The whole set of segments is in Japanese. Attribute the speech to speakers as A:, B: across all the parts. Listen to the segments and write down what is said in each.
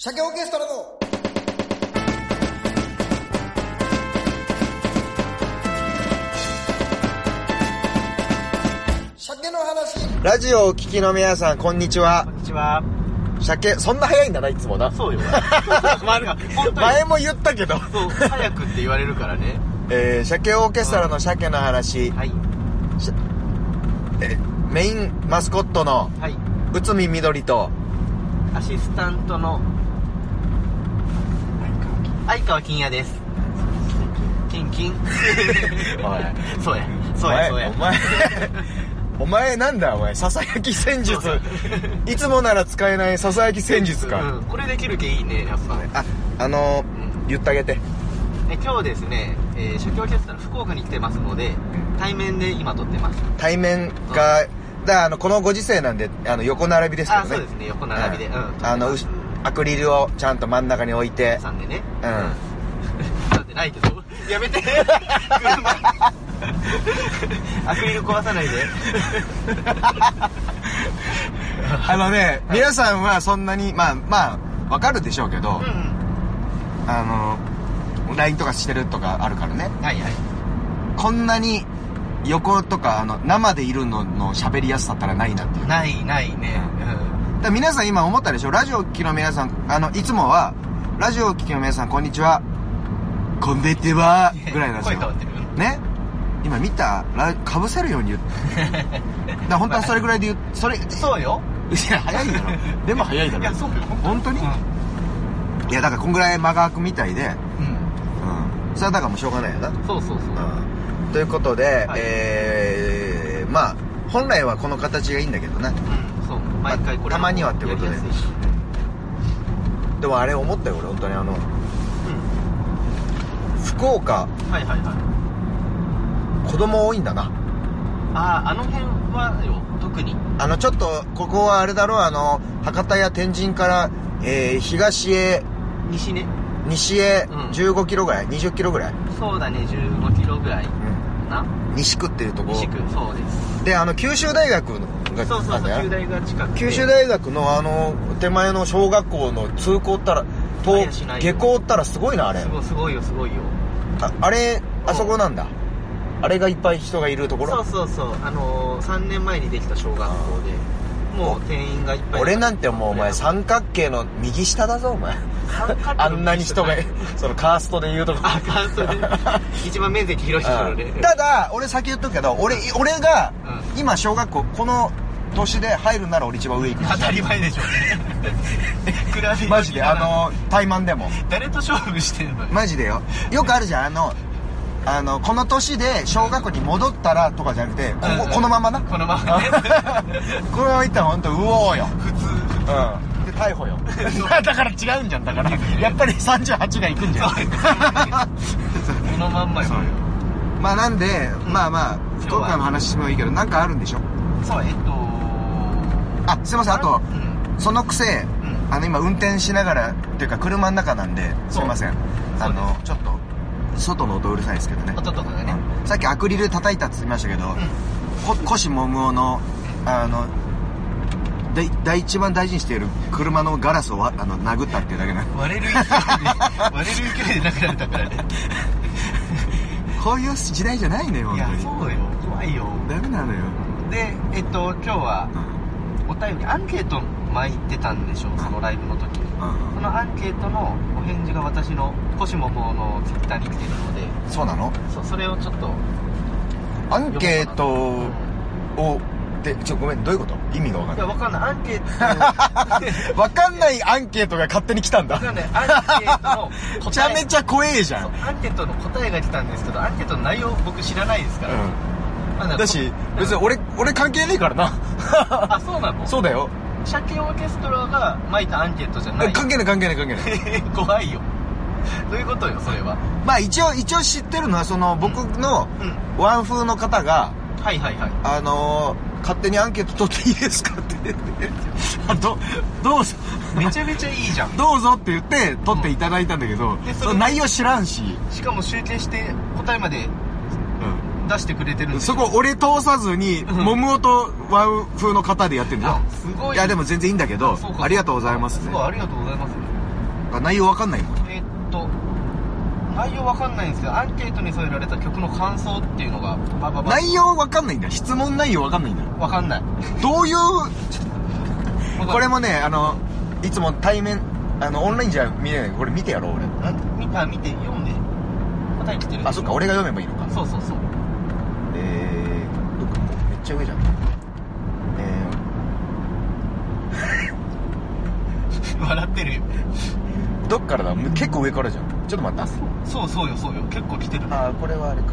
A: 鮭オーケストラの鮭の話
B: ラジオをお聞きの皆さん、こんにちは
C: こ。んにちは。
B: 鮭、そんな早いんだな、いつもな。
C: そ うよ。前が、本当に。
B: 前も言った けど。
C: そう、早くって言われるからね。
B: えー、鮭オーケストラの鮭の話、
C: はい。
B: しえメインマスコットの
C: はい。
B: 内海みどりと、
C: アシスタントの、相川金也です。キン キン。
B: い
C: そうや。
B: お
C: そうや、
B: 前、
C: そうや
B: お。前、 お前なんだお前、ささやき戦術
C: そう。
B: いつもなら使えないささやき戦術か。
C: うん、これできるけいいね、やっぱ。
B: あ、あの
C: ん
B: ー、言ってあげて。
C: え今日ですね、えー、社協キャスター福岡に来てますので、対面で今撮ってます。
B: 対面が、だからあの、このご時世なんで、あの、横並びですけど
C: あ、
B: ね。
C: そうですね、横並びで。
B: う
C: うんん。
B: あの、うしアクリルをちゃんと真ん中に置いて、
C: さんでね。
B: うん。
C: なんてないけど。やめて。車。アクリル壊さないで。
B: あのね、皆さんはそんなに、まあまあ、わかるでしょうけど
C: うん、うん。
B: あの、LINE とかしてるとかあるからね、
C: はいはい。
B: こんなに横とか、あの、生でいるのの喋りやすさったらないなっていう。だか
C: ないないね。うん。
B: ら皆さん今思ったでしょラジオ聴きの皆さん、あの、いつもは、ラジオ聴きの皆さん、こんにちは。こんでては、ぐらいなんです
C: 声
B: よ。
C: 変わってる。
B: ね今見たかぶせるよう に言ってだから本当はそれぐらいで言うそれい
C: そうよ。
B: や早いだろでも早いだ
C: い
B: ろ
C: や、そうよ。
B: 本当に、いやだからこんぐらい間が空くみたいで、
C: うん。
B: うん、それはだからもうしょうがないよな、
C: そうそうそう。
B: うん、ということで、
C: はい
B: えー、まあ本来はこの形がいいんだけどね
C: うん。そう。毎回
B: ま
C: これ。
B: あたまにはってことで
C: やりやすいし
B: でもあれ思ったよ俺本当にあの福岡
C: うん。はいはいはい。
B: 子供多いんだな
C: ああ、あの辺はよ、特に。
B: あのちょっとここはあれだろうあの博多や天神から、えー、東へ
C: 西ね。
B: 西へ
C: うん
B: 15キロぐらい、20キロぐらい、
C: そうだね、15キロぐらい。な。
B: 西区っていうとこ
C: 西区、そうです。
B: であの九州大学のが
C: そうそう
B: あん
C: そう、
B: だよ
C: 九大が近くて。
B: 九州大学のあの手前の小学校の通行ったらと
C: あいやしない
B: 下
C: よ
B: 校ったらすごいなあれ
C: すごいすごいよすごいよ
B: ああれ
C: ん
B: あそこなんだあれがいっぱい人がいるとこ
C: そう
B: ろ
C: そうそうあのー、3年前にできた小学校でもう定員がいっぱい
B: 俺なんてもうお前三
C: 三
B: 角形の右下だぞお前
C: 角
B: あんなに人が そのカーストで言うとこ
C: あカー ストで一番面積広いところで
B: うんただ俺先言っとくけど俺俺が
C: う
B: 今小学校この年で入るなら俺一番上行く
C: 当たり前でしょ 比べる
B: マジであの怠慢でも
C: 誰と勝負してんのよ
B: マジでよよくあるじゃんあのあのこの年で小学校に戻ったらとかじゃなくてこ
C: うん
B: ここのまま なこ
C: このままね
B: のままいったら本当うおーよ
C: 普通
B: うんで逮捕 よ だから違うんじゃんだからやっ ぱり38がいくんじゃん
C: このまんまよ
B: まあなんでまあまあ福岡の話もいいけどなんかあるんでしょ
C: そうえっと
B: あすいませんあと
C: うん
B: そのくせ
C: ん
B: あの今運転しながらっていうか車の中なんで
C: そ
B: す
C: う
B: いませんあのちょっと外の音うるさいですけどね
C: 音とかがね
B: さっきアクリル叩いたって言いましたけど、こ腰もむおのあので第一番大事にしている車のガラスをわあの殴ったっていうだけなの
C: 割れる勢いで割れる勢いでなくなったからね
B: こういう時代じゃないのよ
C: い
B: 本
C: や
B: 当
C: そうよ怖いよ
B: にダメなのよ、
C: でえっと今日はお便りアンケート巻いてたんでしょうそのライブの時に
B: うん
C: そのアンケートのお返事が私のコシモモのツイッターに来てるので
B: そうなの
C: そうそれをちょっと
B: アンケートをでちょごめんどういうこと意味が分
C: い
B: か
C: や
B: ん
C: わかんないアン ケート
B: ない分かんないアンケートが勝手に来たんだ
C: わかんないアンケートの答え
B: めちゃめちゃ怖えじゃ
C: そうんアンケートの答えが来たんですけどアンケートの内容僕知らないですから、ま
B: う
C: だ
B: んだし別に俺俺関係ねえから な
C: あそうなの
B: そうだよ
C: 社協オーケストラが巻いたアンケートじゃない
B: 関係ない関係ない関係ない
C: 怖いよどういうことよそれは
B: まあ一応、一応知ってるのは、その僕の
C: うん
B: ワン風の方が、
C: はいはいはい
B: あのー、勝手にアンケート取っていいですかって 言って、あど、どうぞ、
C: めちゃめちゃいいじゃん
B: どうぞって言って取っていただいたんだけど、
C: でそれ
B: その内容知らんし、
C: しかも集計して答えまで出してくれてるん
B: うん
C: で
B: そこ俺通さずに、
C: ん
B: モムオとワン風の方でやってるんだ
C: あ。すごい
B: いやでも全然いいんだけど
C: そう、か
B: ありがとうございます
C: す
B: ね。
C: ごいありがとうございます
B: から内容わかんないもん
C: えーっと内容わかんないんですけどアンケートに添えられた曲の感想っていうのがバババ
B: 内容わかんないんだよ質問内容わかんないんだよ
C: わかんない
B: どういうこれもねあのいつも対面あのオンラインじゃ見れないこれ見てやろう俺
C: なん見た見て読んで答え来てる
B: あそっか俺が読めばいいのか
C: そうそうそう
B: えー、どっかめっちゃ上じゃんえ
C: 笑ってるよ
B: ー、どっからだむ結構上からじゃんちょっと待って
C: そうそうよそうよ結構来てる
B: ああこれはあれか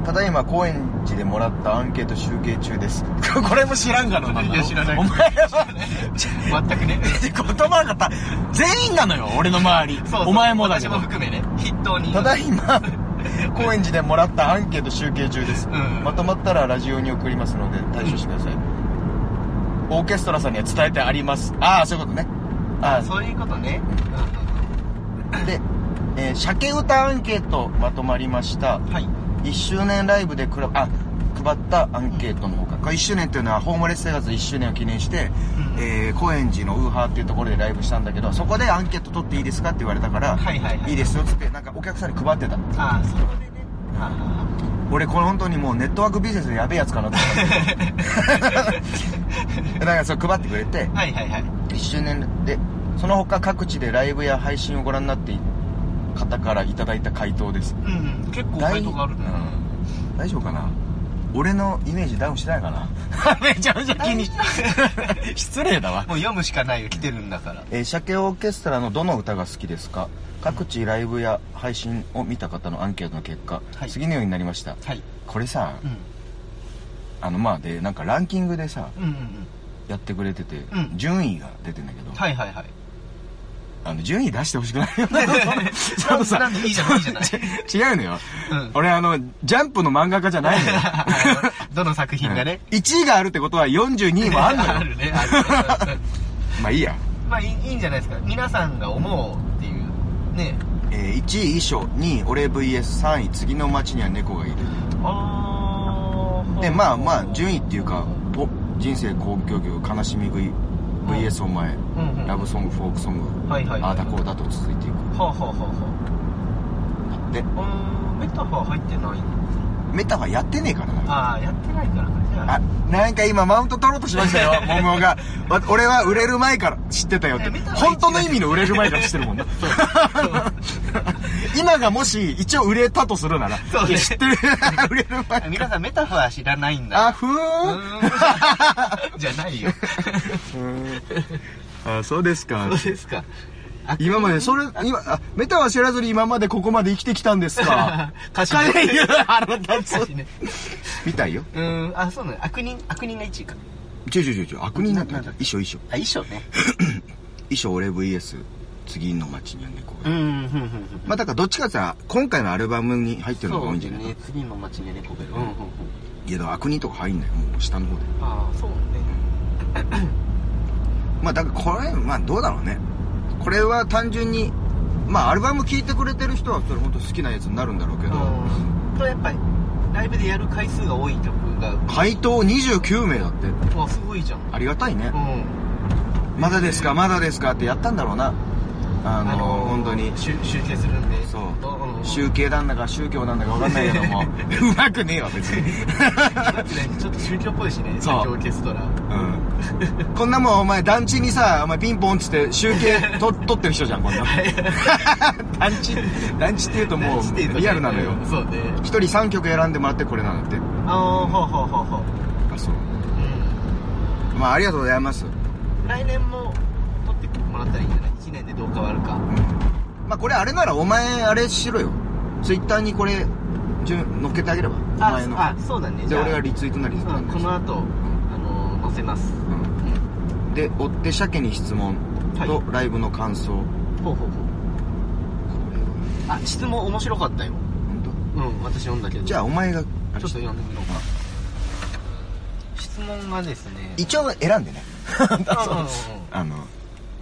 B: えーただいま高円寺でもらったアンケート集計中です これも知らんがななんだろう
C: いや知らない
B: お前 は
C: 全くね
B: 言葉がた全員なのよ俺の周り
C: そうそう
B: お前もだけ
C: 私
B: ど
C: も含めね筆頭に
B: ただいま高円寺でもらったアンケート集計中です、
C: ん
B: まとまったらラジオに送りますので対処してください、オーケストラさんには伝えてありますああそういうことねああ
C: そういうことね
B: で、えー、鮭歌アンケートまとまりました
C: うんはい
B: 1周年ライブでくらあ配ったアンケートのほかこれ1周年っていうのはホームレス生活1周年を記念して、
C: うん
B: えー高円寺のウーハーっていうところでライブしたんだけどそこでアンケート取っていいですかって言われたから、
C: はいはいはい
B: いですよっつってなんかお客さんに配ってた
C: ああそこでねあ
B: 俺これ本当にもうネットワークビジネスでやべえやつかなと思って だからそれ配ってくれて
C: あはいはいはい
B: 1周年でその他各地でライブや配信をご覧になっている方からいただいた回答です
C: うんうん結構回答があるね
B: うん大丈夫かな俺のイメージダウンしてないかな めちゃめちゃ気にし 失礼だわ
C: もう読むしかないよ来てるんだから
B: えー、鮭オーケストラのどの歌が好きですか各地ライブや配信を見た方のアンケートの結果、
C: はい
B: 次のようになりました
C: はい
B: これさ
C: うん
B: あのまあでなんかランキングでさ
C: うんうんうん
B: やってくれてて、
C: うん
B: 順位が出てんだけど、
C: はいはいはい
B: あの順位出してほしくないよ
C: なんでなんでいいじゃないいいじゃ ない
B: 違うのよ、
C: うん
B: 俺あのジャンプの漫画家じゃない のよ
C: どの作品がね
B: 1位があるってことは42位もあんのよ
C: あるねあるね
B: まあいいや、
C: まあいいいいんじゃないですか皆さんが思うっていうね
B: えー、1位衣装2位俺 VS3 位次の街には猫がいる
C: あ
B: でまあまあ順位っていうかお人生交響曲悲しみ食い VS お前、
C: んうん
B: ラブソングフォークソング、
C: はいはいは
B: あ
C: い
B: あだこうだと続いていく
C: はあはあはあは
B: で
C: あうーんメタファー入ってない
B: メタファーやってねえからな
C: ああやってないからじゃあ
B: あ、なんか今マウント取ろうとしましたよ、 モモが。わ俺は売れる前から知ってたよって。
C: え見たら
B: 本当の意味の売れる前から知ってる もんな。今がもし一応売れたとするなら、
C: そうね
B: 知って る、売れる前
C: あ皆さんメタファー知らないんだ
B: あ、ふーん。
C: うーんじゃないよ
B: あ、そうですか
C: そうですかあ
B: 今まで、それ、今、あ、メタは知らずに今までここまで生きてきたんです か。
C: 歌詞ね
B: 金言う腹立
C: 歌
B: つ
C: 詞。ね
B: みたいよ。
C: うーんあそうなの悪人悪人が1位か
B: ちょちょちょちょ、悪人なんてない
C: な
B: 衣装衣装。
C: あ衣装ね
B: 衣装俺 VS、次の街には猫がいる
C: うんうんうんうん
B: まあだからどっちかってさ今回のアルバムに入ってるのが多いんじゃない
C: そうね次の街に猫がいるうんうんうん
B: けど悪人とか入んないよもう下の方で
C: ああそうね
B: まあだからこれまあどうだろうねこれは単純にまあアルバム聴いてくれてる人はそれ本当好きなやつになるんだろうけど
C: うんとやっぱりライブでやる回数が多い曲が
B: 回答29名だって
C: わすごいじゃん
B: ありがたいね
C: うん
B: まだですかまだですかってやったんだろうなあの
C: ー
B: 本当に
C: 集集計するんで
B: そ
C: んん
B: う宗教なんだか宗教なんだか分かんないけど もうまくねえわ別に
C: だってねちょっと宗教っぽいしね
B: そう
C: 宗教オーケストラ
B: うんこんなもんお前団地にさお前ピンポンっつって集 計と取ってる人じゃんこんなもん団地団地っていうとも
C: なんていう
B: う
C: の
B: リアルなのよ
C: そうね
B: 一人3曲選んでもらってこれなんだって
C: ああほうほうほうほう
B: あそう
C: う
B: まあありがとうございます、うん
C: ん来年も取ってもらったらいいんじゃない1年でどう変わるか
B: まあこれあれならお前あれしろよツイッターにこれ順乗っけてあげればお
C: あ
B: 前の
C: あそうだね
B: で俺が
C: リ
B: リツイートなりする
C: この後あの載せます
B: うんで追って鮭に質問と
C: は
B: ライブの感想、
C: ほうほうほうあ質問面白かったよ
B: 本
C: うん私読んだけど
B: 当じゃあお前がち
C: ちょっと読んでみようか質問がですね
B: 一応選んでね
C: あうんうんうん
B: あの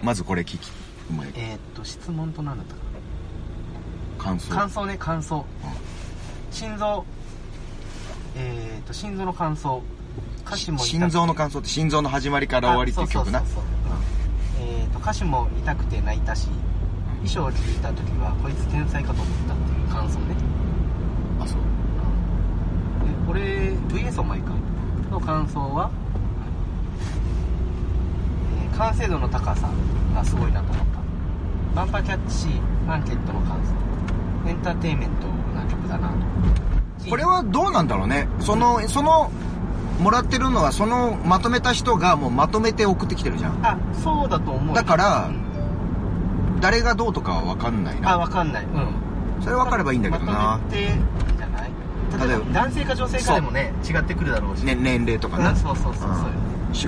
B: まずこれ聞きお前
C: えーっと質問と何だったかな
B: 感想
C: 感想ね感想心臓えーっと心臓の感想歌詞も痛くて
B: 心臓の感想って心臓の始まりから終わりっていう曲な
C: あそうそうそうそううんえーと歌詞も痛くて泣いたし衣装を着ていた時はこいつ天才かと思ったっていう感想ね
B: あそう
C: でこれ VS お前かの感想は、えー完成度の高さがすごいなと思ったバンパーキャッチマーケットの感想エンターテインメントな曲だなと
B: これはどうなんだろうねそのそのもらってるのはそのまとめた人がもうまとめて送ってきてるじゃん
C: あそうだと思う
B: だから
C: うん
B: 誰がどうとかは分かんない
C: あ
B: な
C: わかんないうん
B: それ分かればいいんだけど
C: ま
B: な
C: とめてじゃない例
B: 例
C: え
B: え
C: ば
B: ば
C: 男性か女性かでもね違ってくるだろうし、
B: ね、年齢とか
C: う
B: なん
C: そうそうそうそうよね
B: うんし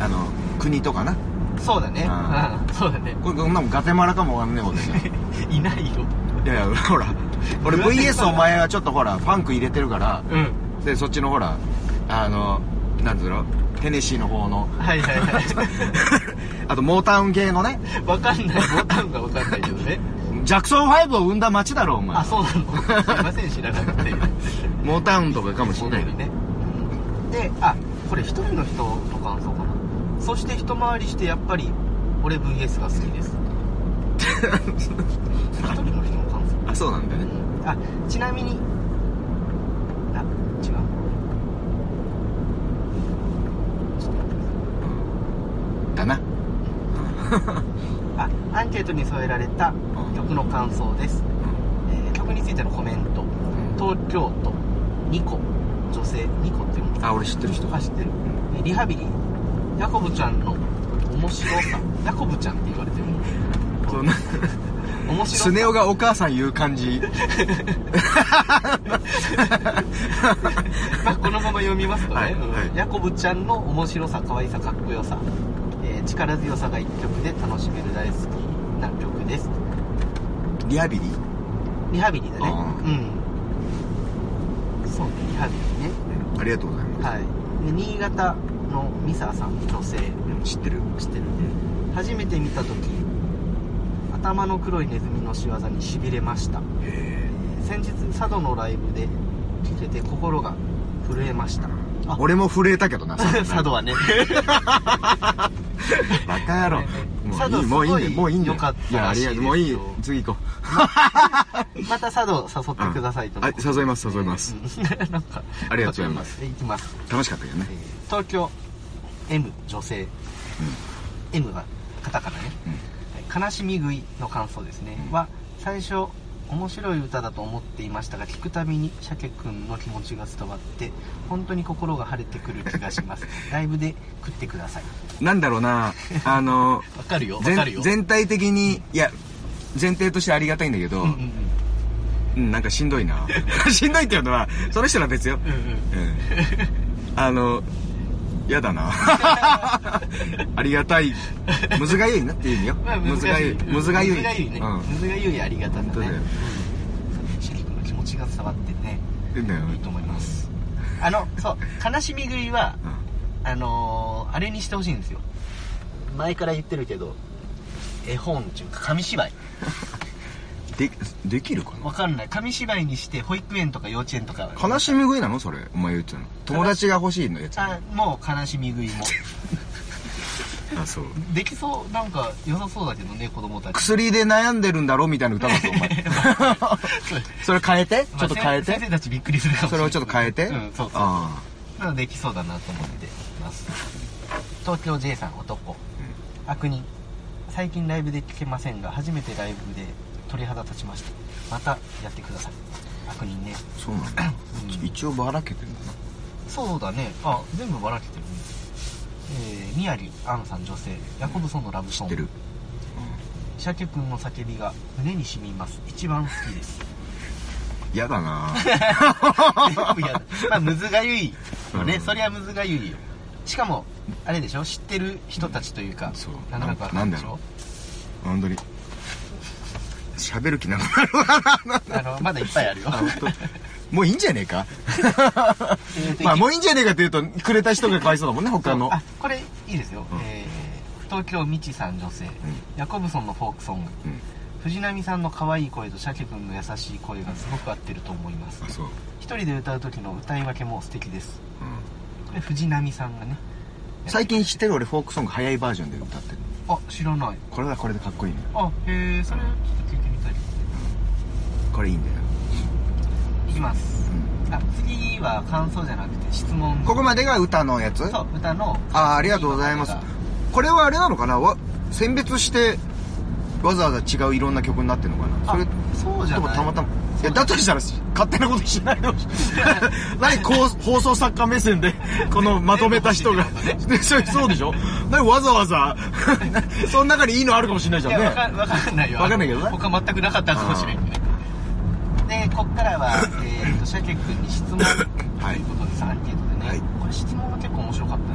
B: あの国とかな
C: そうだね
B: あ
C: うんそうだね
B: これこんなもんガテマラかもわかんねえことじゃんい
C: いないよ
B: やいやほら俺
C: 言わせて
B: VS お前はちょっとほらファンク入れてるから
C: うん
B: でそっちのほらあのなんつうのテネシーの方の
C: はいはいは
B: あとモータウン系のね
C: いわかんないボタンがわかんないけどね
B: ジャクソン5を生んだ街だろお前
C: あそうなのすいません知らなくて
B: モータウンとかかもしれないけど
C: ねであこれ一人の人の感想かなそして一回りしてやっぱり俺 VS が好きです 一人の人の感想
B: あそうなんだね
C: あちなみにあ違うちょっと待ってくださ
B: だない
C: あアンケートに添えられた曲の感想です、えー曲についてのコメント東京都ニコ女性ニコっていうの
B: あ俺知ってる人
C: あ知ってるえリハビリヤコブちゃんの面白さヤコブちゃんって言われてる
B: そんな
C: 面白 さ
B: スネ夫がお母さん言う感じ
C: まあ、このまま読みますとね、
B: はいはい
C: うんヤコブちゃんの面白さ可愛さかっこよさ、えー力強さが一曲で楽しめる大好きな曲です
B: リハビリ
C: リハビリだね
B: あ
C: うんそうねリハビリね
B: ありがとうございま
C: はいで新潟のミサさん女性
B: す知ってる
C: 知ってるんで初めて見た時頭の黒いネズミの仕業にしびれました
B: え
C: 先日佐渡のライブで聴けて心が震えましたあ
B: 俺も震えたけどな
C: 佐渡はね
B: バカ野郎
C: 佐渡
B: もういいもういいんだよもういい
C: すごい
B: んだ
C: 良かった
B: いやありがとうもういいよ
C: らしいで
B: 次行こ
C: また佐渡誘
B: う
C: ってくださいと
B: うんはい誘います誘います
C: うん なんか
B: ありがとうございます
C: 行きます
B: 楽しかったけどね
C: 東京 M 女性、M がカタカナね、はい悲しみ食いの感想ですね、
B: うん
C: は最初面白い歌だと思っていましたが聞くたびに鮭くんの気持ちが伝わって本当に心が晴れてくる気がします ライブで食ってください
B: なんだろうなあの
C: わかるよわ
B: 全
C: かるよ
B: 全体的にいや前提としてありがたいんだけど、
C: うんうん
B: うん、なんかしんどいな しんどいっていうのはその人は別よ
C: うんうんうん
B: うんあのやだな ありがたいむずがゆいなっていう意味よ、
C: まあ
B: むずがゆい
C: 難し
B: むずがゆい
C: むずがゆいね、
B: うん
C: むずがゆいありがたさね
B: 本当だよ
C: うんシャキ君の気持ちが伝わってね
B: いいんだよ
C: いいと思いますあのそう悲しみ食いはあのー、あれにしてほしいんですよ前から言ってるけど絵本っていうか紙芝
B: う
C: 居
B: んでできるか
C: わかんない紙芝居にして保育園とか幼稚園とか
B: な悲しみ食いなのそれお前言ってたの友達が欲しいのやつ
C: あもう悲しみ食い も
B: あそう
C: できそうなんか良さそうだけどね子供たち
B: 薬で悩んでるんだろみたいな歌だぞお 前それ変えてちょっと変え
C: まあ
B: て
C: 先生たちびっくりするかもし
B: それ
C: れない
B: をちょっと変えて、
C: うんそうそう
B: あ
C: なのでできそうだなと思ってます東京 J さん男悪人最近ライブで聴けませんが初めてライブで鳥肌立ちましたまたやってください悪人ね
B: あそうなんだ、
C: うん
B: 一応ばらけてんだな
C: そうだねあ全部ばらけてるねえー、宮城アンさん女性ヤコブソンのラブソン
B: 知ってる
C: シャケ君の叫びが胸に染みます一番好きです
B: 嫌だな
C: 全部やだまあむずがゆいよね、
B: うん
C: そりゃむずがゆいよしかもあれでしょ知ってる人たちというか、
B: そう
C: なんとなくわかるでしょ
B: 本当に喋る気なくなる
C: あの、まだいっぱいあるよ。
B: もういいんじゃねえか
C: ま
B: ま
C: あ、
B: あ
C: も
B: も
C: う
B: ういいんじゃねえかって言うとくれた人がかわいそうだもんね他の
C: あ、これいいですよ。
B: うん
C: えー東京みちさん女性、ヤコブソンのフォークソング、
B: うん
C: 藤波さんの可愛い声とシャケ君の優しい声がすごく合ってると思います。
B: そう、
C: 一人で歌う時の歌い分けも素敵です。で藤波さんがね
B: 最近知ってる俺フォークソング早いバージョンで歌ってる
C: あ知らない
B: これはこれでかっこいいね
C: あへえそれちょっと聞いてみたい
B: これいいんだよ、
C: いきます
B: う
C: あ次は感想じゃなくて質問
B: ん、ここまでが歌のやつ
C: そう歌の
B: あーありがとうございますこれはあれなのかなわ選別してわざわざ違ういろんな曲になってるのかな
C: あ
B: それ
C: そうじゃ
B: とも
C: ない
B: たまたまいやだとしたら勝手なことしないで ほしい何こう放送作家目線でこのまとめた人が
C: 全
B: でそれそうでしょ何わざわ ざその中にいいのあるかもしれないじ
C: い
B: ゃ
C: や
B: ん
C: わ
B: ね
C: かわかんないよ
B: わかんないけどね
C: 他全くなかったかもしれんけどでこ っからはえーとシャケ君に質問と
B: はい
C: いうことですアンケートでね、
B: はい
C: これ質問が結構面白かったんで、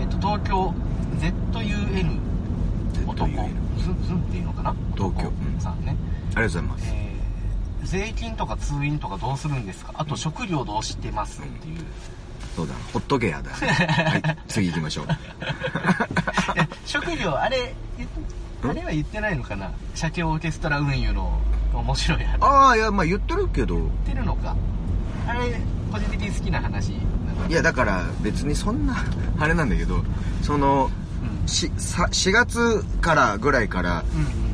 C: えー、と東京 ZUN 男
B: ZUN
C: ズンズンっていうのかな
B: 東京
C: 男さんね、
B: ありがとうございます
C: えー税金とか通院とかどうするんですかあと食料どうしてますっていう
B: そうだなホットケ アだ、はい、次行きましょう
C: いや食料あれ言っあれは言ってないのかな社協オーケストラ運輸の面白い話言っ
B: ああいやまあ言ってるけど
C: てるのかあれ個人的に好きな話なんか
B: いやだから別にそんなあれなんだけどその
C: うん
B: しさ4月からぐらいから
C: うんうん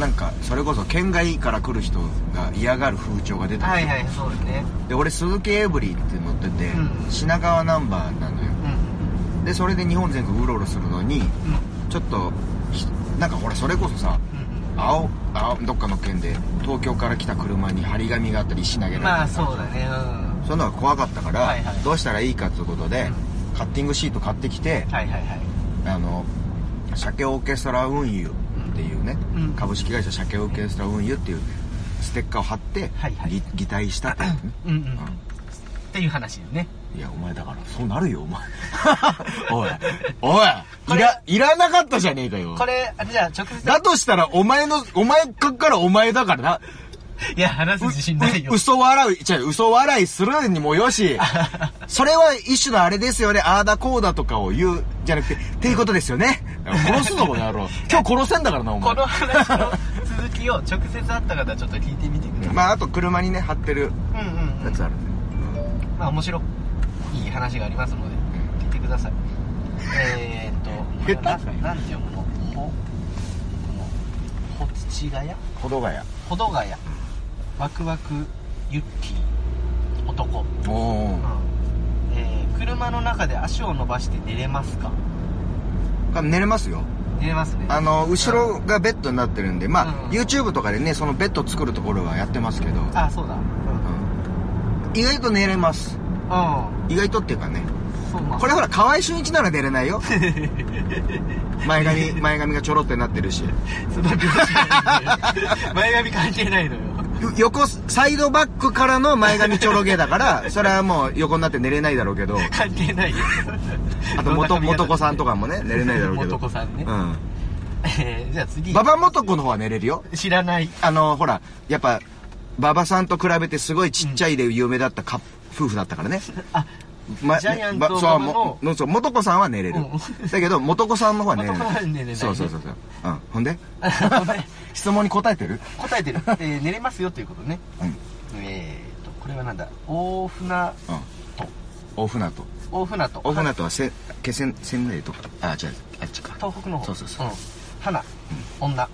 B: なんかそれこそ県外から来る人が嫌がる風潮が出たん
C: は
B: で
C: い
B: すよ
C: はいそうですね
B: で俺鈴木エブリって乗ってて、
C: うん
B: 品川ナンバーなのよ
C: うん
B: でそれで日本全国うろうろするのに
C: うん
B: ちょっとひなんかほらそれこそさ
C: うんうん
B: 青青どっかの県で東京から来た車に張り紙があったり石投げられたり
C: まあそうだねうん
B: そういうのが怖かったから、
C: はいはい
B: どうしたらいいかということで、カッティングシート買ってきて、
C: はいはいはい
B: あの鮭オーケストラ運輸っていうね、
C: うん
B: 株式会社鮭オーケストラ運輸っていうステッカーを貼って、
C: はいはい
B: ぎ擬態したっていうね、
C: うんうんうんっていう話よね
B: いやお前だからそうなるよお前 おいおいいらいらなかったじゃねえかよ
C: これあれじゃあ直接
B: だとしたらお前のお前からお前だからない
C: や話す自信ないうよ
B: う嘘笑う、違う、嘘笑いするにもよ し、それは一種のあれですよね、ああだこうだとかを言う、じゃなくて、っていうことですよね。殺すぞ、この野 郎。今日殺せんだからな、お
C: こ
B: 前。
C: の話の続きを直接会った方はちょっと聞いてみてください
B: まあ、あと車にね、貼ってる
C: うんうんうん
B: やつあるんで。
C: まあ面白いい話がありますので聞いてくださいえー、っとこれはな
B: 下手だよ
C: なんて読むのほこのほ土ヶ谷
B: ほどがや。
C: ほどがやワクワクユッキー男、
B: おお。
C: えー車の中で足を伸ばして寝れますか
B: 寝れますよ。
C: 寝れますね
B: あの、後ろがベッドになってるんで、ま
C: うん
B: あ、YouTube とかでね、そのベッド作るところはやってますけど、
C: あそうだうん、
B: うん意外と寝れます。意外とっていうかね、
C: そうまあ
B: これほら河合俊一なら出れ ないよ前髪前髪がちょろってなってるし
C: その病気なんで前髪関係ないのよ
B: よ横サイドバックからの前髪ちょろげだからそれはもう横になって寝れないだろうけど
C: 関係ないよ
B: あと元元子さんと
C: か
B: かもね寝れないだろうけど
C: 元子さんね
B: う
C: えー、じゃあ次
B: ん馬場元子の方は寝れるよ
C: 知らない
B: あのほらやっぱ馬場さんと比べてすごいちっちゃいで有名だったカップ夫婦だったからね
C: あ
B: ま
C: ジャイアント
B: ば
C: 馬場
B: そう
C: の
B: ものそう元子さんは寝れる、
C: うん
B: だけど元子さんの方は寝れない
C: 元子さんは寝れない
B: そうそうそうそう、うん、ほんで
C: ごめん
B: 質問に答えてる
C: 答えてる、えー寝れますよということね
B: うん
C: えー、とこれはなんだ大船
B: うん大船渡
C: 大船と
B: 大船渡はせ気仙仙台とかあ違うあっちか
C: 東北の方、
B: そうそうそうん
C: 花、女、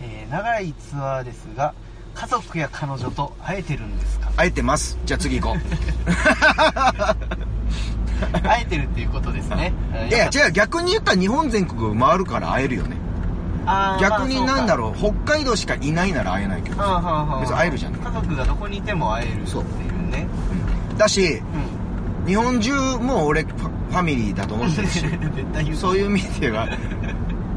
C: えー長いツアーですが家族や彼女と会えてるんで すか
B: 空いてますじゃあ 次行こう
C: 会えてるっていうことですね、うん
B: いや
C: よかっ
B: 違う逆に言ったら日本全国回るから会えるよね
C: たあー
B: 逆になんだ
C: ま
B: ろう北海道しかいないなら会えないけど
C: あそうかうんうんうん
B: 別に会えるじゃん
C: 家族がどこにいても会えるって
B: そう
C: いうね
B: だし
C: う
B: 日本中もう俺ファファミリーだと思
C: ん
B: ってるし
C: 絶対言う
B: そういう意味では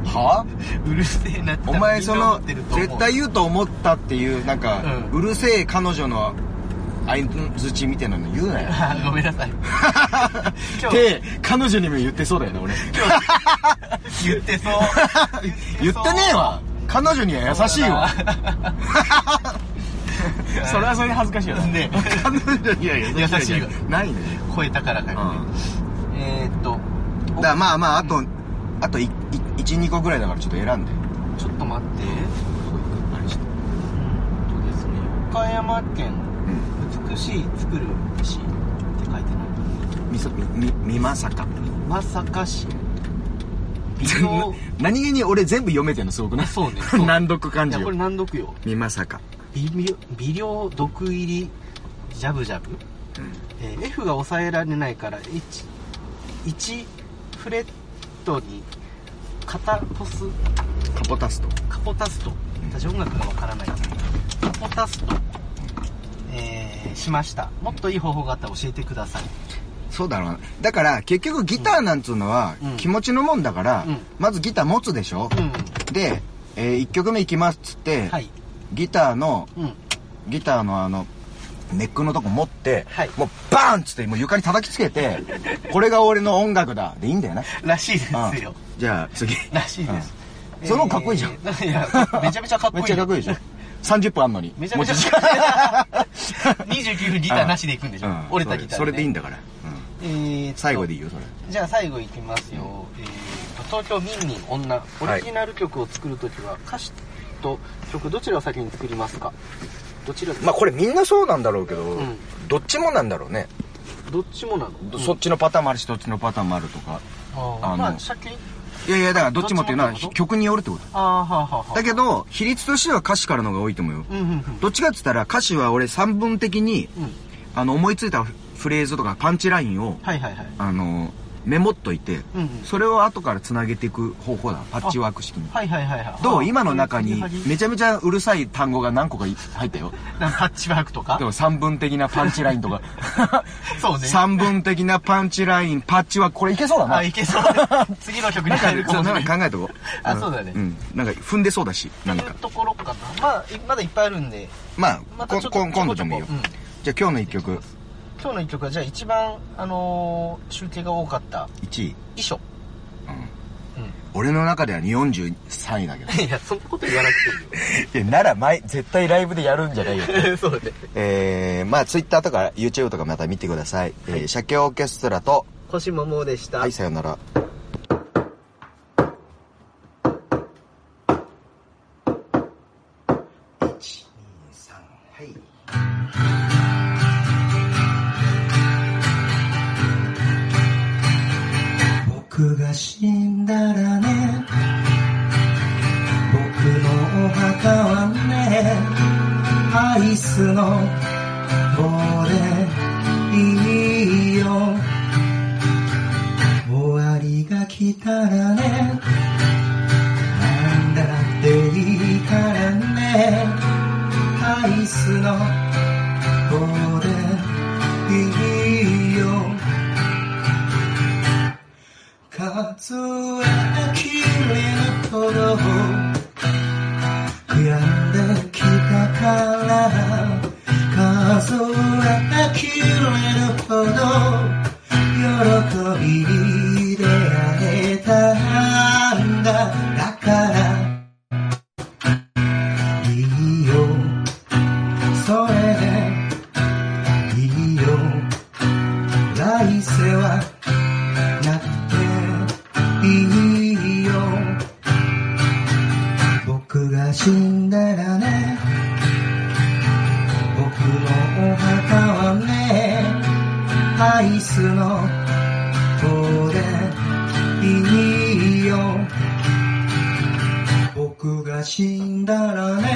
B: は
C: うるせえなって
B: お前その
C: みんな思ってると思う
B: 絶対言うと思ったっていうなんか、
C: う
B: うるせえ彼女の相づちみたいなの言う なよ
C: あーごめんなさい今日
B: って彼女にも言ってそうだよね俺
C: 言ってそう
B: 言ってねえわ彼女には優しい わそれはそれで恥ずかしいよ
C: ね
B: 彼女には優しい
C: 優しいわ
B: ないね
C: 超えたからかよね、えー、っと
B: だからまあまああと、あと12個ぐらいだからちょっと選んで
C: ちょっと待ってうんとですね岡山県美しい作る市って書いてない
B: みそみみみまさか
C: まさかし微 妙
B: 何気に俺全部読めてんのすごくない
C: そ うねそう
B: 難読漢
C: い
B: 字
C: やこ
B: を
C: れ難読よ
B: みまさか
C: 微妙微量毒入りジャブジャブ、えー F が抑えられないから 1, 1フレットにカタポス
B: カポタスト
C: カポタスト私音楽がわからないカポタスト、えーしましたもっといい方法があったら教えてください
B: そうだろうなだから結局ギターなんつうのは
C: うん
B: 気持ちのもんだから、
C: うん
B: まずギター持つでしょ、
C: うん
B: で、え1曲目いきますっつって、
C: はい
B: ギターの
C: うん
B: ギターのあのネックのとこ持って、
C: はい
B: もうバーンっつってもう床に叩きつけてこれが俺の音楽だでいいんだよね
C: らしい ですよ
B: じゃあ次
C: らしいです、
B: うんその方がかっこいいじゃん
C: えーいやめちゃめちゃかっこ
B: め
C: いい
B: っちゃかっこいいでしょ30分あんのに
C: めちゃめちゃ
B: もう時間
C: かっ こいい29分ギターなしでいくんでしょ、
B: うん
C: 折れたギター、ね、
B: それそれでいいんだから、
C: えー
B: うん、最後でい
C: い
B: いよそれ
C: じゃあ最後いきますよ、えーと東京ミンミン女オリジナル曲を作るときは歌詞と曲どちらを先に作りますかどちら
B: まあこれみんなそうなんだろうけど、
C: ん
B: どっちもなんだろうね、
C: どっちもなの、
B: どそっちのパターンもあるしどっちのパターンもあるとか
C: あ
B: あ
C: あ
B: の
C: まあ借金
B: いやいやだからどっちもっていうのは
C: どっちもってこと
B: 曲によるってこと
C: ああはあはあはあ
B: だけど比率としては歌詞からの方が多いと思うよ、
C: うんうんうん
B: どっちかっつったら歌詞は俺3分的に、
C: うん
B: あの思いついたフレーズとかパンチラインを、
C: はいはいはい
B: あのメモっといて、
C: うんうん
B: それを後からつなげていく方法だパッチワーク式に
C: はいはいはいはい
B: ど
C: あ
B: う
C: ー
B: 今の中に
C: ハリハリ
B: めちゃめちゃうるさい単語が何個かい入ったよ
C: なんかパッチワークとか
B: でも3分的なパンチラインとか
C: そうね
B: 3分的なパンチラインパッチワークこれいけそうだな
C: あいけそう次の曲に
B: なん
C: 変える
B: か
C: か
B: そ
C: も
B: う
C: し
B: な
C: れなんい
B: か考えとこう
C: あ
B: ん
C: そうだね
B: んなんか踏んでそうだしなん
C: ってい
B: か
C: うところかなまあいまだいっぱいあるんで
B: まあ、
C: また
B: こ
C: ちょっと
B: こん今度でもいいよ、
C: ちょこちょこ
B: じゃあ今日の一曲
C: 今日の一曲はじゃあ一番あのー集計が多かった
B: 1位
C: 衣装
B: 俺の中では43位だけ ど
C: いやそんなこと言わなくて
B: いやなら前絶対ライブでやるんじゃないよ
C: いいよ そうだね
B: えー、まあツイッターとか YouTube とかまた見てください、えー、社協オーケストラと
C: 腰ももでした、
B: はいさよならはい
D: 僕が死んだらね僕のお墓はねアイスの棒でいいよ終わりが来たらねなんだっていいからねアイスの棒でいいよ数えきれぬほど悔やんできたから数えきれぬほど喜びに出会えたんだだからいいよそれでいいよ来世はなっていいよ僕が死んだらね僕のお墓はねアイスの方でいいよ僕が死んだらね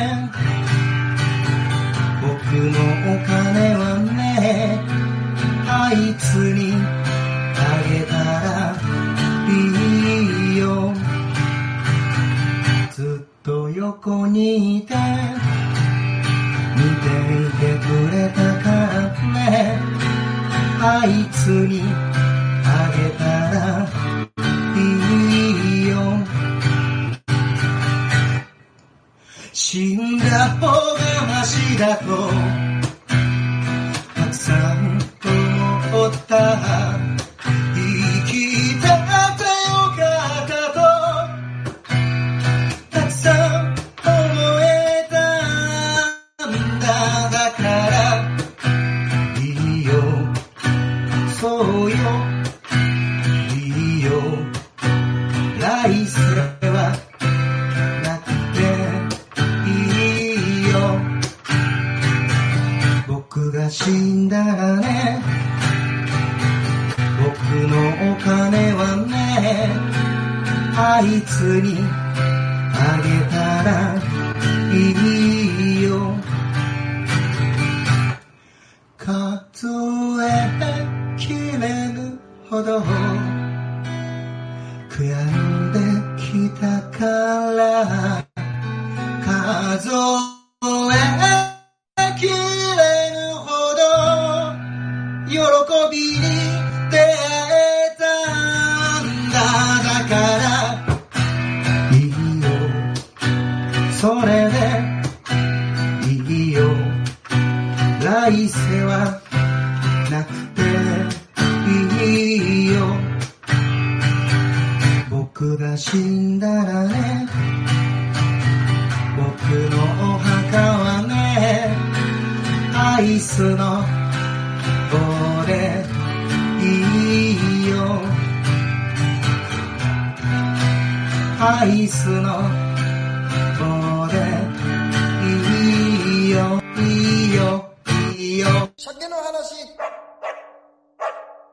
D: 僕のお金はねあいつにあげたらいいよずっと横にいて見ていてくれたからねあいつにあげたらいいよ死んだ方がマシだとたくさん思った生きたってよかったとたくさん思えたんだだからいいよそうよあいつにあげたらいいよ数えきれぬほど悔やんできたから数えきれぬほど喜びに出会えたんだだからいいよそれでいいよ来世はなくていいよ僕が死んだらね僕のお墓はねアイスの棒でいいよアイスの棒でいいよいいよいいよ
A: 鮭の話